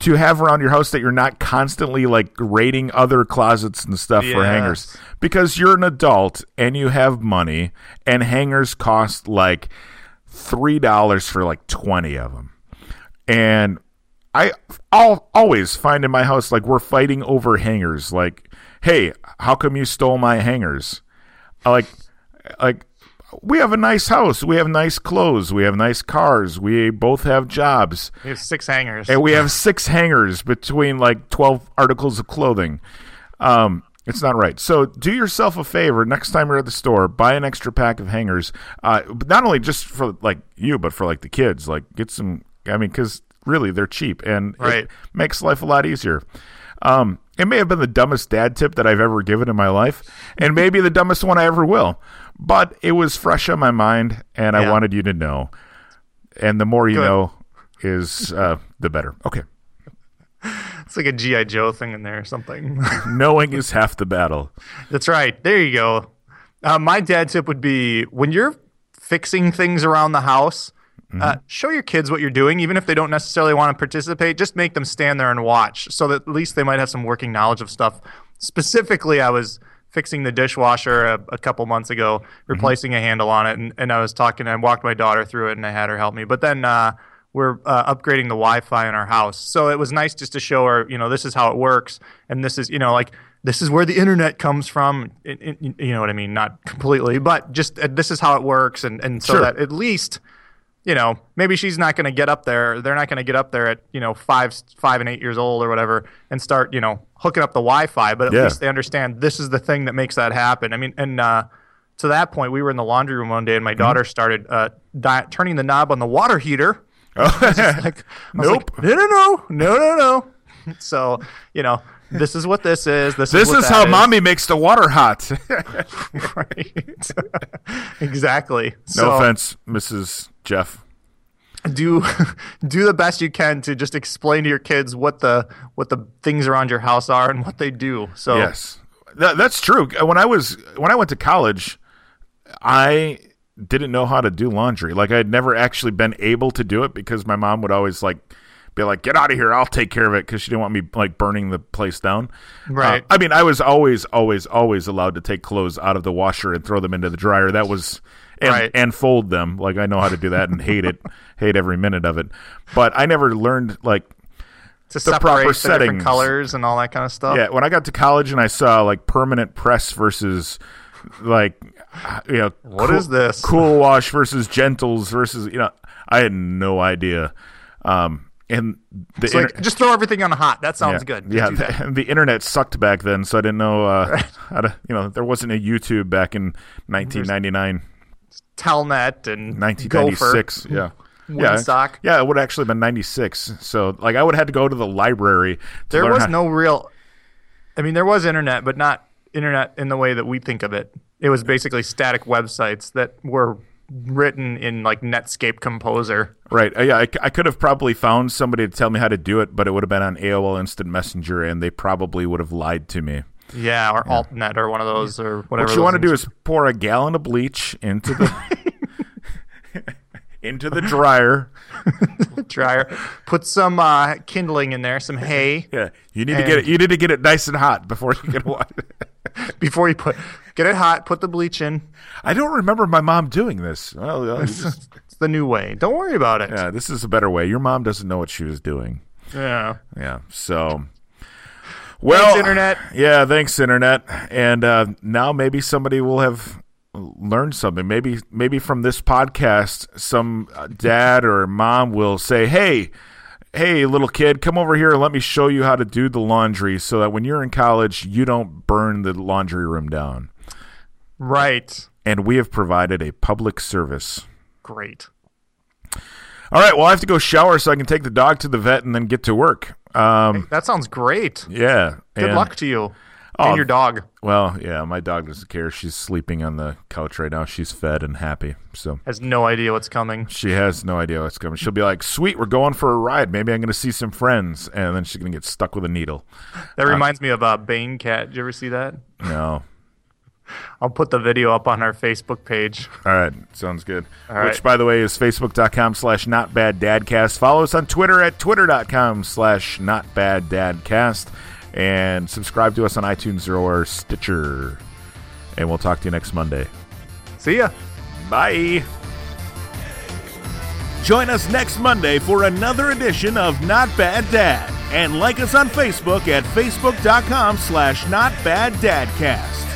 B: to have around your house that you're not constantly like raiding other closets and stuff for
C: Yes.
B: hangers because you're an adult and you have money and hangers cost like three dollars for like 20 of them and i I'll always find in my house like we're fighting over hangers like hey how come you stole my hangers I like like we have a nice house we have nice clothes we have nice cars we both have jobs
C: We have six hangers.
B: and we have six hangers between like 12 articles of clothing. Um, it's not right. So do yourself a favor next time you're at the store, buy an extra pack of hangers. Uh, but not only just for like you, but for like the kids. Like get some. I mean, because really they're cheap and
C: Right.
B: it makes life a lot easier. Um, it may have been the dumbest dad tip that I've ever given in my life, and maybe the dumbest one I ever will. But it was fresh on my mind, and I
C: Yeah.
B: wanted you to know. And the more you
C: Good.
B: know is uh, the better. Okay.
C: It's like a GI Joe thing in there or something.
B: Knowing is half the battle.
C: That's right. There you go. Uh, my dad tip would be when you're fixing things around the house, uh, show your kids what you're doing, even if they don't necessarily want to participate. Just make them stand there and watch so that at least they might have some working knowledge of stuff. Specifically, I was fixing the dishwasher a, a couple months ago, replacing a handle on it, and, and I was talking, I walked my daughter through it and I had her help me. But then, uh, we're uh, upgrading the Wi-Fi in our house. So it was nice just to show her, you know, this is how it works, and this is, you know, like this is where the internet comes from. It- it- you know what I mean? Not completely, but just uh, this is how it works, and and so
B: Sure.
C: that at least, you know, maybe she's not going to get up there. They're not going to get up there at you know five five and eight years old or whatever, and start you know hooking up the Wi-Fi. But at
B: Yeah.
C: least they understand this is the thing that makes that happen. I mean, and. uh to that point, we were in the laundry room one day,
B: Mm-hmm.
C: and my daughter started uh, di- turning the knob on the water heater, like, I was
B: Nope.
C: like, no, no, no, no, no, no. So you know, this is what this is. This,
B: This
C: is, what
B: is
C: that
B: how mommy makes the water hot. no
C: Right. exactly. so
B: offense, Mrs. Jeff.
C: do do the best you can to just explain to your kids what the what the things around your house are and what they do. So
B: Yes, That- that's true. Uh, When I was when I went to college, I didn't know how to do laundry. Like I had never actually been able to do it because my mom would always like be like, "Get out of here! I'll take care of it," because she didn't want me like burning the place down.
C: Right.
B: Uh, I mean, I was always, always, always allowed to take clothes out of the washer and throw them into the dryer. That was and,
C: Right.
B: and fold them. Like I know how to do that and hate it, hate every minute of it. But I never learned like
C: to separate
B: proper
C: the different
B: settings.
C: colors and all that kind of stuff.
B: yeah, when I got to college and I saw like permanent press versus like you know what
C: is this?
B: cool wash versus gentles versus you know I had no idea. Um and the
C: It's like, just throw everything on hot. That sounds
B: yeah,
C: good.
B: Yeah,
C: Do
B: the,
C: that.
B: the internet sucked back then, so I didn't know uh, how to you know there wasn't a YouTube back in 1999,
C: Telnet and
B: 1996. Yeah.
C: Woodstock.
B: Yeah, yeah, it would actually have been 96. So like I would have had to go to the library to
C: There
B: learn
C: was
B: how-
C: no real. I mean, there was internet, but not internet in the way that we think of it. It was basically static websites that were written in like Netscape Composer.
B: Right. Uh, yeah, I, c- I could have probably found somebody to tell me how to do it, but it would have been on AOL Instant Messenger, and they probably would have lied to me.
C: Yeah, or AltNet or one of those or whatever.
B: What you
C: those
B: want to do
C: things-
B: is pour a gallon of bleach into the into the dryer.
C: dryer. Put some uh, kindling in there, some hay
B: Yeah, you need to get it. You need to get it nice and hot before you can wash.
C: before you put. Get it hot. Put the bleach in.
B: I don't remember my mom doing this. Well, uh, this is-
C: It's the new way. Don't worry about it.
B: yeah, this is a better way. Your mom doesn't know what she was doing.
C: Yeah.
B: Yeah. So, well,
C: Internet.
B: Yeah, thanks, internet. And uh, now maybe somebody will have learned something. Maybe, maybe from this podcast, some uh, dad or mom will say, "Hey." Hey, little kid, come over here and let me show you how to do the laundry so that when you're in college, you don't burn the laundry room down.
C: Right.
B: And we have provided a public service.
C: Great.
B: All right, well, I have to go shower so I can take the dog to the vet and then get to work. Um,
C: That sounds great.
B: yeah.
C: Good
B: and-
C: luck to you
B: Oh,
C: and your dog.
B: Well, yeah, my dog doesn't care. She's sleeping on the couch right now. She's fed and happy. So
C: Has no idea what's coming.
B: she has no idea what's coming. She'll be like, sweet, we're going for a ride. Maybe I'm going to see some friends. And then she's going to get stuck with a needle.
C: That reminds me of uh, Bane Cat. Did you ever see that?
B: No.
C: I'll put the video up on our Facebook page.
B: All right. Sounds good.
C: All
B: Which,
C: right.
B: by the way, is facebook.com slash notbaddadcast. Follow us on Twitter at twitter.com slash notbaddadcast. And subscribe to us on iTunes or Stitcher. And we'll talk to you next Monday.
C: See ya.
B: Bye.
A: Join us next Monday for another edition of Not Bad Dad. And like us on Facebook at facebook.com slash Not Bad Dadcast.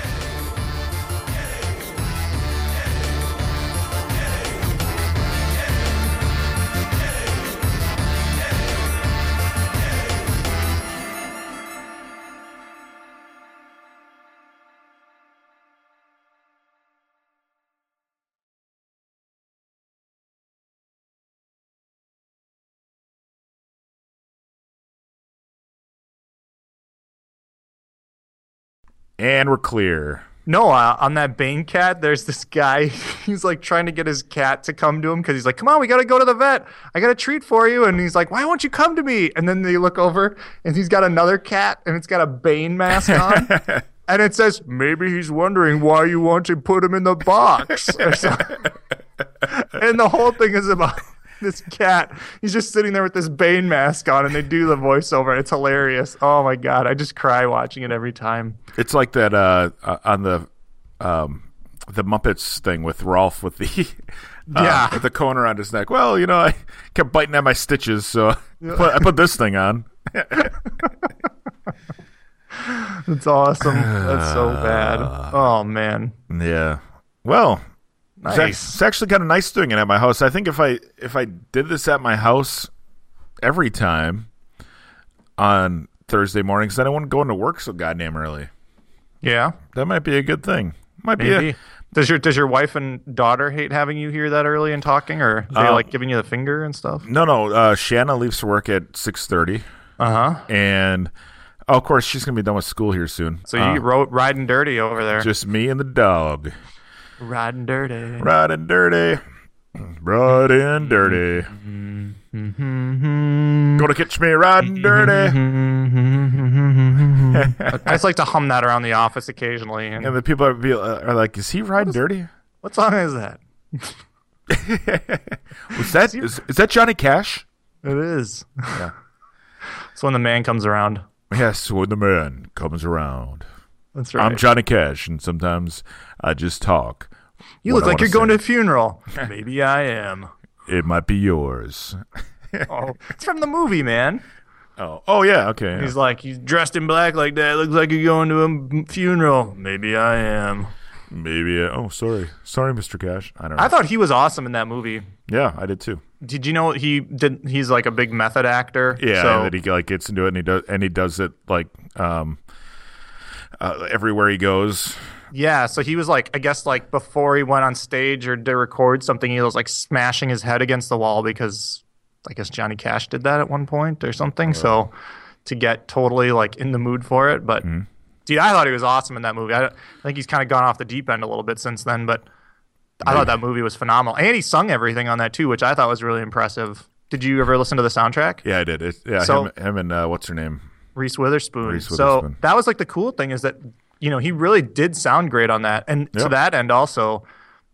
B: And we're clear.
C: No, uh, on that Bane cat, there's this guy. He's like trying to get his cat to come to him because he's like, "Come on, we gotta go to the vet. I got a treat for you." And he's like, "Why won't you come to me?" And then they look over, and he's got another cat, and it's got a Bane mask on, and it says, "Maybe he's wondering why you want to put him in the box." or something. and the whole thing is about this cat. He's just sitting there with this Bane mask on, and they do the voiceover. It's hilarious. Oh my god, I just cry watching it every time.
B: It's like that uh, uh, on the um, the Muppets thing with Rolf with the uh,
C: Yeah.
B: with the cone around his neck. Well, you know, I kept biting at my stitches, so I put, I put this thing on.
C: That's awesome. That's so
B: Uh,
C: bad. Oh man.
B: Yeah. Well, it's, ac-
C: Nice.
B: it's actually kind of nice doing it at my house. I think if I if I did this at my house every time on Thursday mornings, then I wouldn't go into work so goddamn early.
C: Yeah.
B: That might be a good thing. Might be. A,
C: Maybe. Does your does your wife and daughter hate having you here that early and talking, or
B: Uh,
C: they like giving you the finger and stuff?
B: no, no. Uh, Shanna leaves for work at six thirty.
C: Uh huh.
B: and oh, of course she's gonna be done with school here soon. Uh,
C: So you ro- riding dirty over there.
B: just me and the dog,
C: riding dirty.
B: riding dirty, riding dirty.
C: Mm-hmm.
B: Gonna catch me riding dirty,
C: I just like to hum that around the office occasionally. And
B: and the people are, be, uh, are like, "Is he riding dirty?
C: what song is that?
B: Is that is, is that Johnny Cash?"
C: It is. it's when the man comes around.
B: Yes, when the man comes around.
C: That's right.
B: I'm Johnny Cash, and sometimes I just talk.
C: you
B: what
C: look
B: I
C: like
B: wanna
C: you're going
B: say.
C: to a funeral. Maybe I am.
B: It might be yours.
C: Oh, it's from the movie, man.
B: Oh, oh yeah, okay. yeah.
C: He's like, he's dressed in black like that. Looks like you're going to a m- funeral. Maybe I am.
B: Maybe. uh, Oh, sorry, sorry, Mr. Cash. I don't. know.
C: I thought he was awesome in that movie.
B: Yeah, I did too.
C: Did you know he did? He's like a big method actor.
B: Yeah,
C: So,
B: and that he like gets into it and he does and he does it like um uh, everywhere he goes.
C: yeah. So he was like, I guess like before he went on stage or to record something, he was like smashing his head against the wall because I guess Johnny Cash did that at one point or something. So to get totally like in the mood for it, but dude, I thought he was awesome in that movie. I, don't- I think he's kind of gone off the deep end a little bit since then, but I thought that movie was phenomenal, and he sung everything on that too, which I thought was really impressive. Did you ever listen to the soundtrack?
B: Yeah, I did. It, yeah,
C: So-
B: him, him and uh, what's her name?
C: Reese Witherspoon.
B: Reese
C: So
B: Witherspoon.
C: that was like the cool thing is that you know he really did sound great on that, and to
B: Yep.
C: that end also.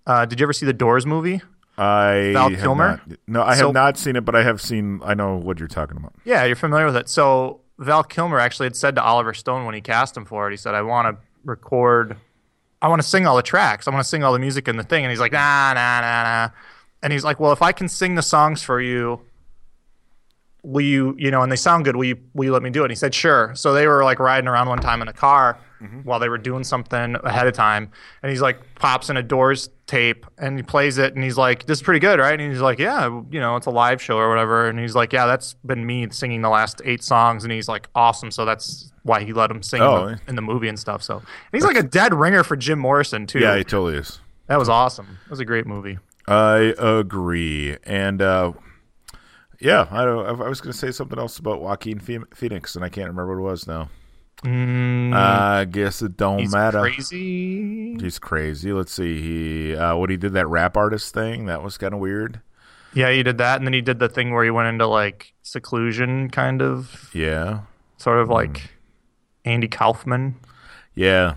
C: Uh, did you ever see the Doors movie?
B: I
C: Val
B: have
C: Kilmer?
B: not- no, I
C: So-
B: have not seen it, but I have seen. I know what you're talking about.
C: Yeah, you're familiar with it. So Val Kilmer actually had said to Oliver Stone when he cast him for it, he said, "I want to record, I want to sing all the tracks, I want to sing all the music in the thing." And he's like, "Nah, nah, nah, nah," and he's like, "Well, if I can sing the songs for you, will you, you know, and they sound good, will you, will you let me do it?" And he said, "Sure." So they were like riding around one time in a car while they were doing something ahead of time, and he's like pops in a Doors tape and he plays it, and he's like, "This is pretty good, right?" And he's like, "Yeah, you know, it's a live show or whatever," and he's like, "Yeah, that's been me singing the last eight songs," and he's like, "Awesome." So that's why he let him sing
B: Oh,
C: in,
B: eh.
C: the, in the movie and stuff. So and he's like a dead ringer for Jim Morrison too.
B: Yeah, it totally is.
C: that was awesome. That was a great movie.
B: I agree, and uh, yeah, I don't. I I was going to say something else about Joaquin Phe- Phoenix, and I can't remember what it was now. Mm, I guess it don't
C: Mm, He's
B: matter.
C: crazy.
B: He's crazy. Let's see. He uh, what he did that rap artist thing that was kind of weird.
C: Yeah, he did that, and then he did the thing where he went into like seclusion, kind of,
B: Yeah,
C: sort
B: Mm.
C: of like Andy Kaufman.
B: yeah.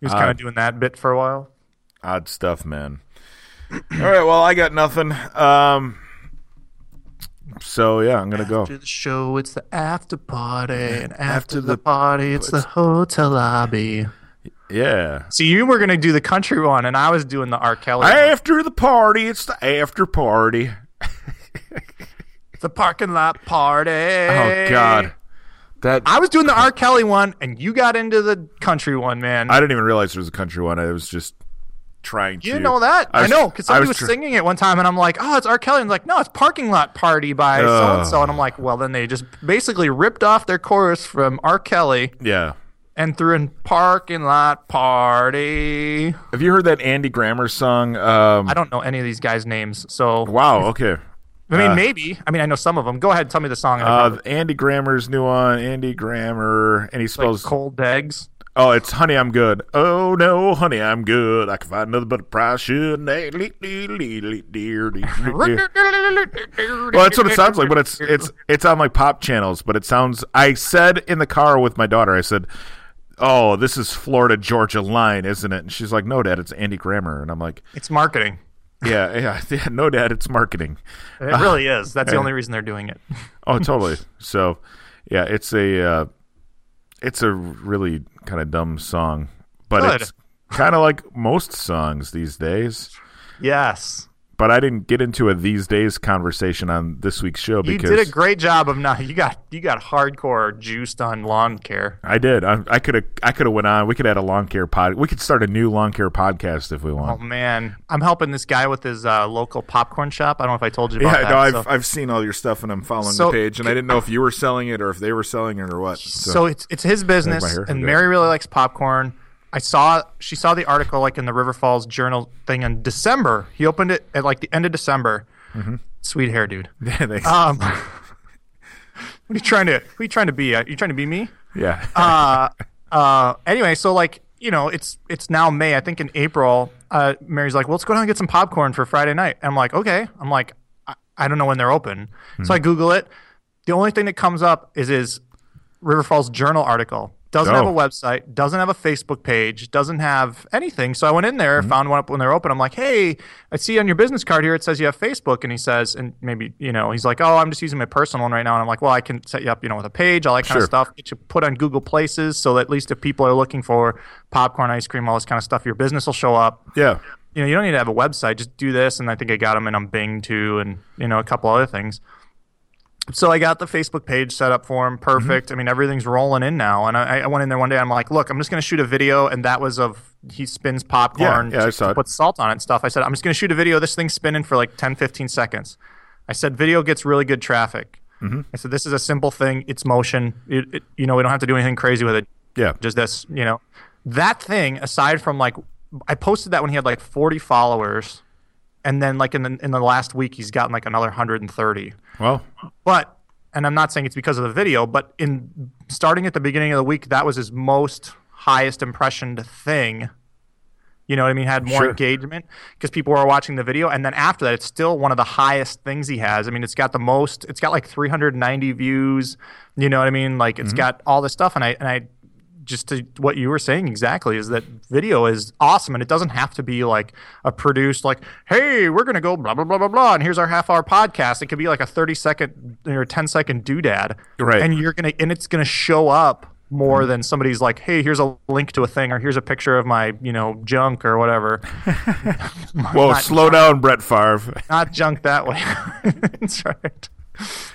C: He was
B: Uh,
C: kind of doing that bit for a while.
B: Odd stuff, man. All right. Well, I got nothing. Um. So yeah, I'm gonna go.
C: the show, it's the after party, and after,
B: the the
C: party, it's the hotel lobby.
B: Yeah.
C: See, you were gonna do the country one, and I was doing the R. Kelly. one.
B: After the party, it's the after party.
C: the parking lot party.
B: Oh God, that
C: I was doing the R. Kelly one, and you got into the country one, man.
B: I didn't even realize there was a country one. I was just trying to.
C: you know that? I,
B: was-
C: know because somebody
B: was
C: was,
B: tr-
C: singing it one time, and I'm like, "Oh, it's R. Kelly." And like, no, it's "Parking Lot Party" by so and so, and I'm like, "Well, then they just basically ripped off their chorus from R. Kelly
B: Yeah.
C: and threw in "Parking Lot Party."
B: Have you heard that Andy Grammer song? Um,
C: I don't know any of these guys' names, so
B: wow. Okay.
C: I mean, maybe. I mean, I know some of them. Go ahead, and tell me the song. and I
B: Uh,
C: remember.
B: Andy Grammer's new one. Andy Grammer, and he spells.
C: Cold eggs.
B: oh, it's "Honey, I'm Good." Oh no, honey, I'm good. I can find another but a prize should. Well, that's what it sounds like, but it's it's it's on like pop channels. But it sounds. I said in the car with my daughter, I said, "Oh, this is Florida Georgia line, isn't it?" And she's like, "No, Dad, it's Andy Grammer." And I'm like,
C: It's marketing.
B: "Yeah, yeah, yeah no, Dad, it's marketing."
C: It
B: Uh.
C: really is. That's the only reason they're doing it.
B: Oh, totally. so, yeah, it's a uh, it's a really kind of dumb song, but
C: Good.
B: it's kind of like most songs these days.
C: Yes.
B: But I didn't get into a these days conversation on this week's show
C: You
B: because
C: did a great job of not. You got you got hardcore juiced on lawn care.
B: I did. I I could have I could have went on. We could add a lawn care pod. We could start a new lawn care podcast if we
C: Oh
B: want.
C: man, I'm helping this guy with his uh, local popcorn shop. I don't know if I told you about
B: yeah,
C: that.
B: no, I've
C: so,
B: I've seen all your stuff and I'm following
C: So-
B: the page, and I didn't know if you were selling it or if they were selling it or what. So,
C: so it's it's his
B: I
C: business,
B: heard
C: and
B: that.
C: Mary really likes popcorn. I saw she saw the article like in the River Falls Journal thing in December. He opened it at like the end of December.
B: Mm-hmm.
C: Sweet hair, dude.
B: Thanks.
C: Um, what are you trying to? Who are you trying to be? Are you trying to be me?
B: yeah,
C: uh, uh, anyway, so like you know, it's it's now May. I think in April, uh, Mary's like, "Well, let's go down and get some popcorn for Friday night." And I'm like, "Okay." I'm like, "I, I don't know when they're open," so I Google it. The only thing that comes up is his River Falls Journal article. Doesn't have
B: Oh.
C: a website, doesn't have a Facebook page, doesn't have anything. So I went in there, found one up when they're open. I'm like, hey, I see on your business card here it says you have Facebook. And he says, and maybe, you know, he's like, oh, I'm just using my personal one right now. And I'm like, well, I can set you up, you know, with a page, all that kind
B: Sure.
C: of stuff. Get you put on Google Places so that at least if people are looking for popcorn, ice cream, all this kind of stuff, your business will show up.
B: yeah.
C: You know, you don't need to have a website. Just do this. And I think I got him in on Bing too and, you know, a couple other things so I got the Facebook page set up for
B: Mm-hmm.
C: him. Perfect. I mean, everything's rolling in now. And I, I went in there one day. I'm like, look, I'm just going to shoot a video. And that was of he spins popcorn,
B: Yeah, yeah, I saw it.
C: puts salt on it and stuff. I said, I'm just going to shoot a video. This thing's spinning for like 10, 15 seconds. I said, video gets really good traffic.
B: Mm-hmm.
C: I said, this is a simple thing. It's motion. It, it, you know, we don't have to do anything crazy with it
B: Yeah.
C: just this, you know, that thing. Aside from like, I posted that when he had like 40 followers, and then like in the in the last week, he's gotten like another 130.
B: Well,
C: But and I'm not saying it's because of the video, but in starting at the beginning of the week, that was his most highest impressioned thing. You know what I mean? Had more
B: Sure.
C: engagement because people were watching the video, and then after that, it's still one of the highest things he has. I mean, it's got the most. It's got like 390 views. You know what I mean? Like it's got all this stuff, and I and I just to what you were saying exactly is that video is awesome and it doesn't have to be like a produced like hey we're gonna go blah blah blah blah blah and here's our half hour podcast it could be like a 30 second or 10 second doodad
B: Right.
C: and you're gonna and it's gonna show up more than somebody's like hey here's a link to a thing or here's a picture of my you know junk or whatever
B: Whoa, slow down, Brett Favre.
C: not junk that way. That's right.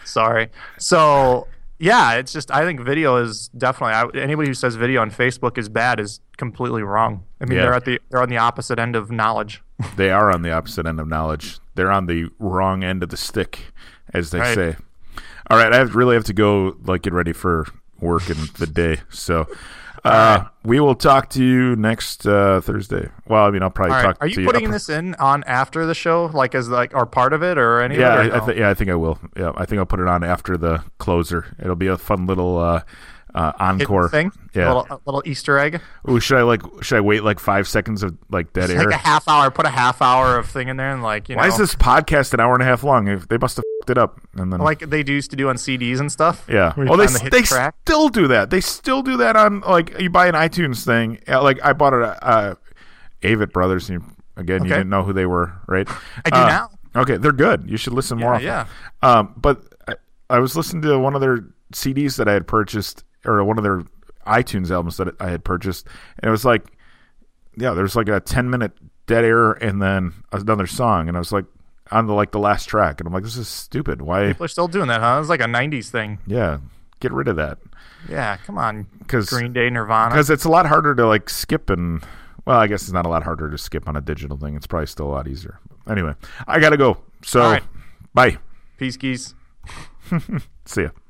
C: Sorry. So yeah, it's just I think video is definitely I, anybody who says video on Facebook is bad is completely wrong. I mean
B: Yeah.
C: they're at the they're on the opposite end of knowledge.
B: They are on the opposite end of knowledge. They're on the wrong end of the stick, as they
C: Right.
B: say. All right, I have- really have to go like get ready for work and the day. So uh, we will talk to you next uh, Thursday. Well, I mean, I'll probably
C: All right.
B: talk.
C: Are
B: to
C: you putting
B: up-
C: this in on after the show, like as like or part of it or any?
B: Yeah,
C: of it, or
B: I, I
C: no?
B: th- yeah, I think I will. Yeah, I think I'll put it on after the closer. It'll be a fun little uh, uh, encore
C: thing.
B: Yeah.
C: A little, a little Easter egg.
B: Ooh, should I like should I wait like five seconds of like dead air?
C: Like a half hour. Put a half hour of thing in there and like you
B: Why
C: know,
B: is this podcast an hour and a half long? If- They must have fed it up. And then
C: like they do used to do on CDs and stuff.
B: yeah,
C: Where you
B: well they
C: find the
B: s-
C: hit
B: they
C: track.
B: still do that. They still do that on like you buy an iTunes thing. Yeah, Like I bought it, uh, Avett Brothers. And you, again, you
C: Okay.
B: didn't know who they were, right?
C: I do
B: Uh,
C: now.
B: Okay, they're good. You should listen more often.
C: yeah.
B: Um, but I, I was listening to one of their CDs that I had purchased, or one of their iTunes albums that I had purchased, and it was like, yeah, there's like a ten minute dead air, and then another song, and I was like, on the like the last track, and I'm like, this is stupid. Why?
C: People are still doing that, huh? It's like a '90s thing.
B: Yeah, get rid of that
C: Yeah, come on.
B: 'Cause-
C: Green Day, Nirvana.
B: because it's a lot harder to like skip and. Well, I guess it's not a lot harder to skip on a digital thing. It's probably still a lot easier. Anyway, I gotta go. So,
C: All right.
B: bye.
C: Peace, geese.
B: See ya.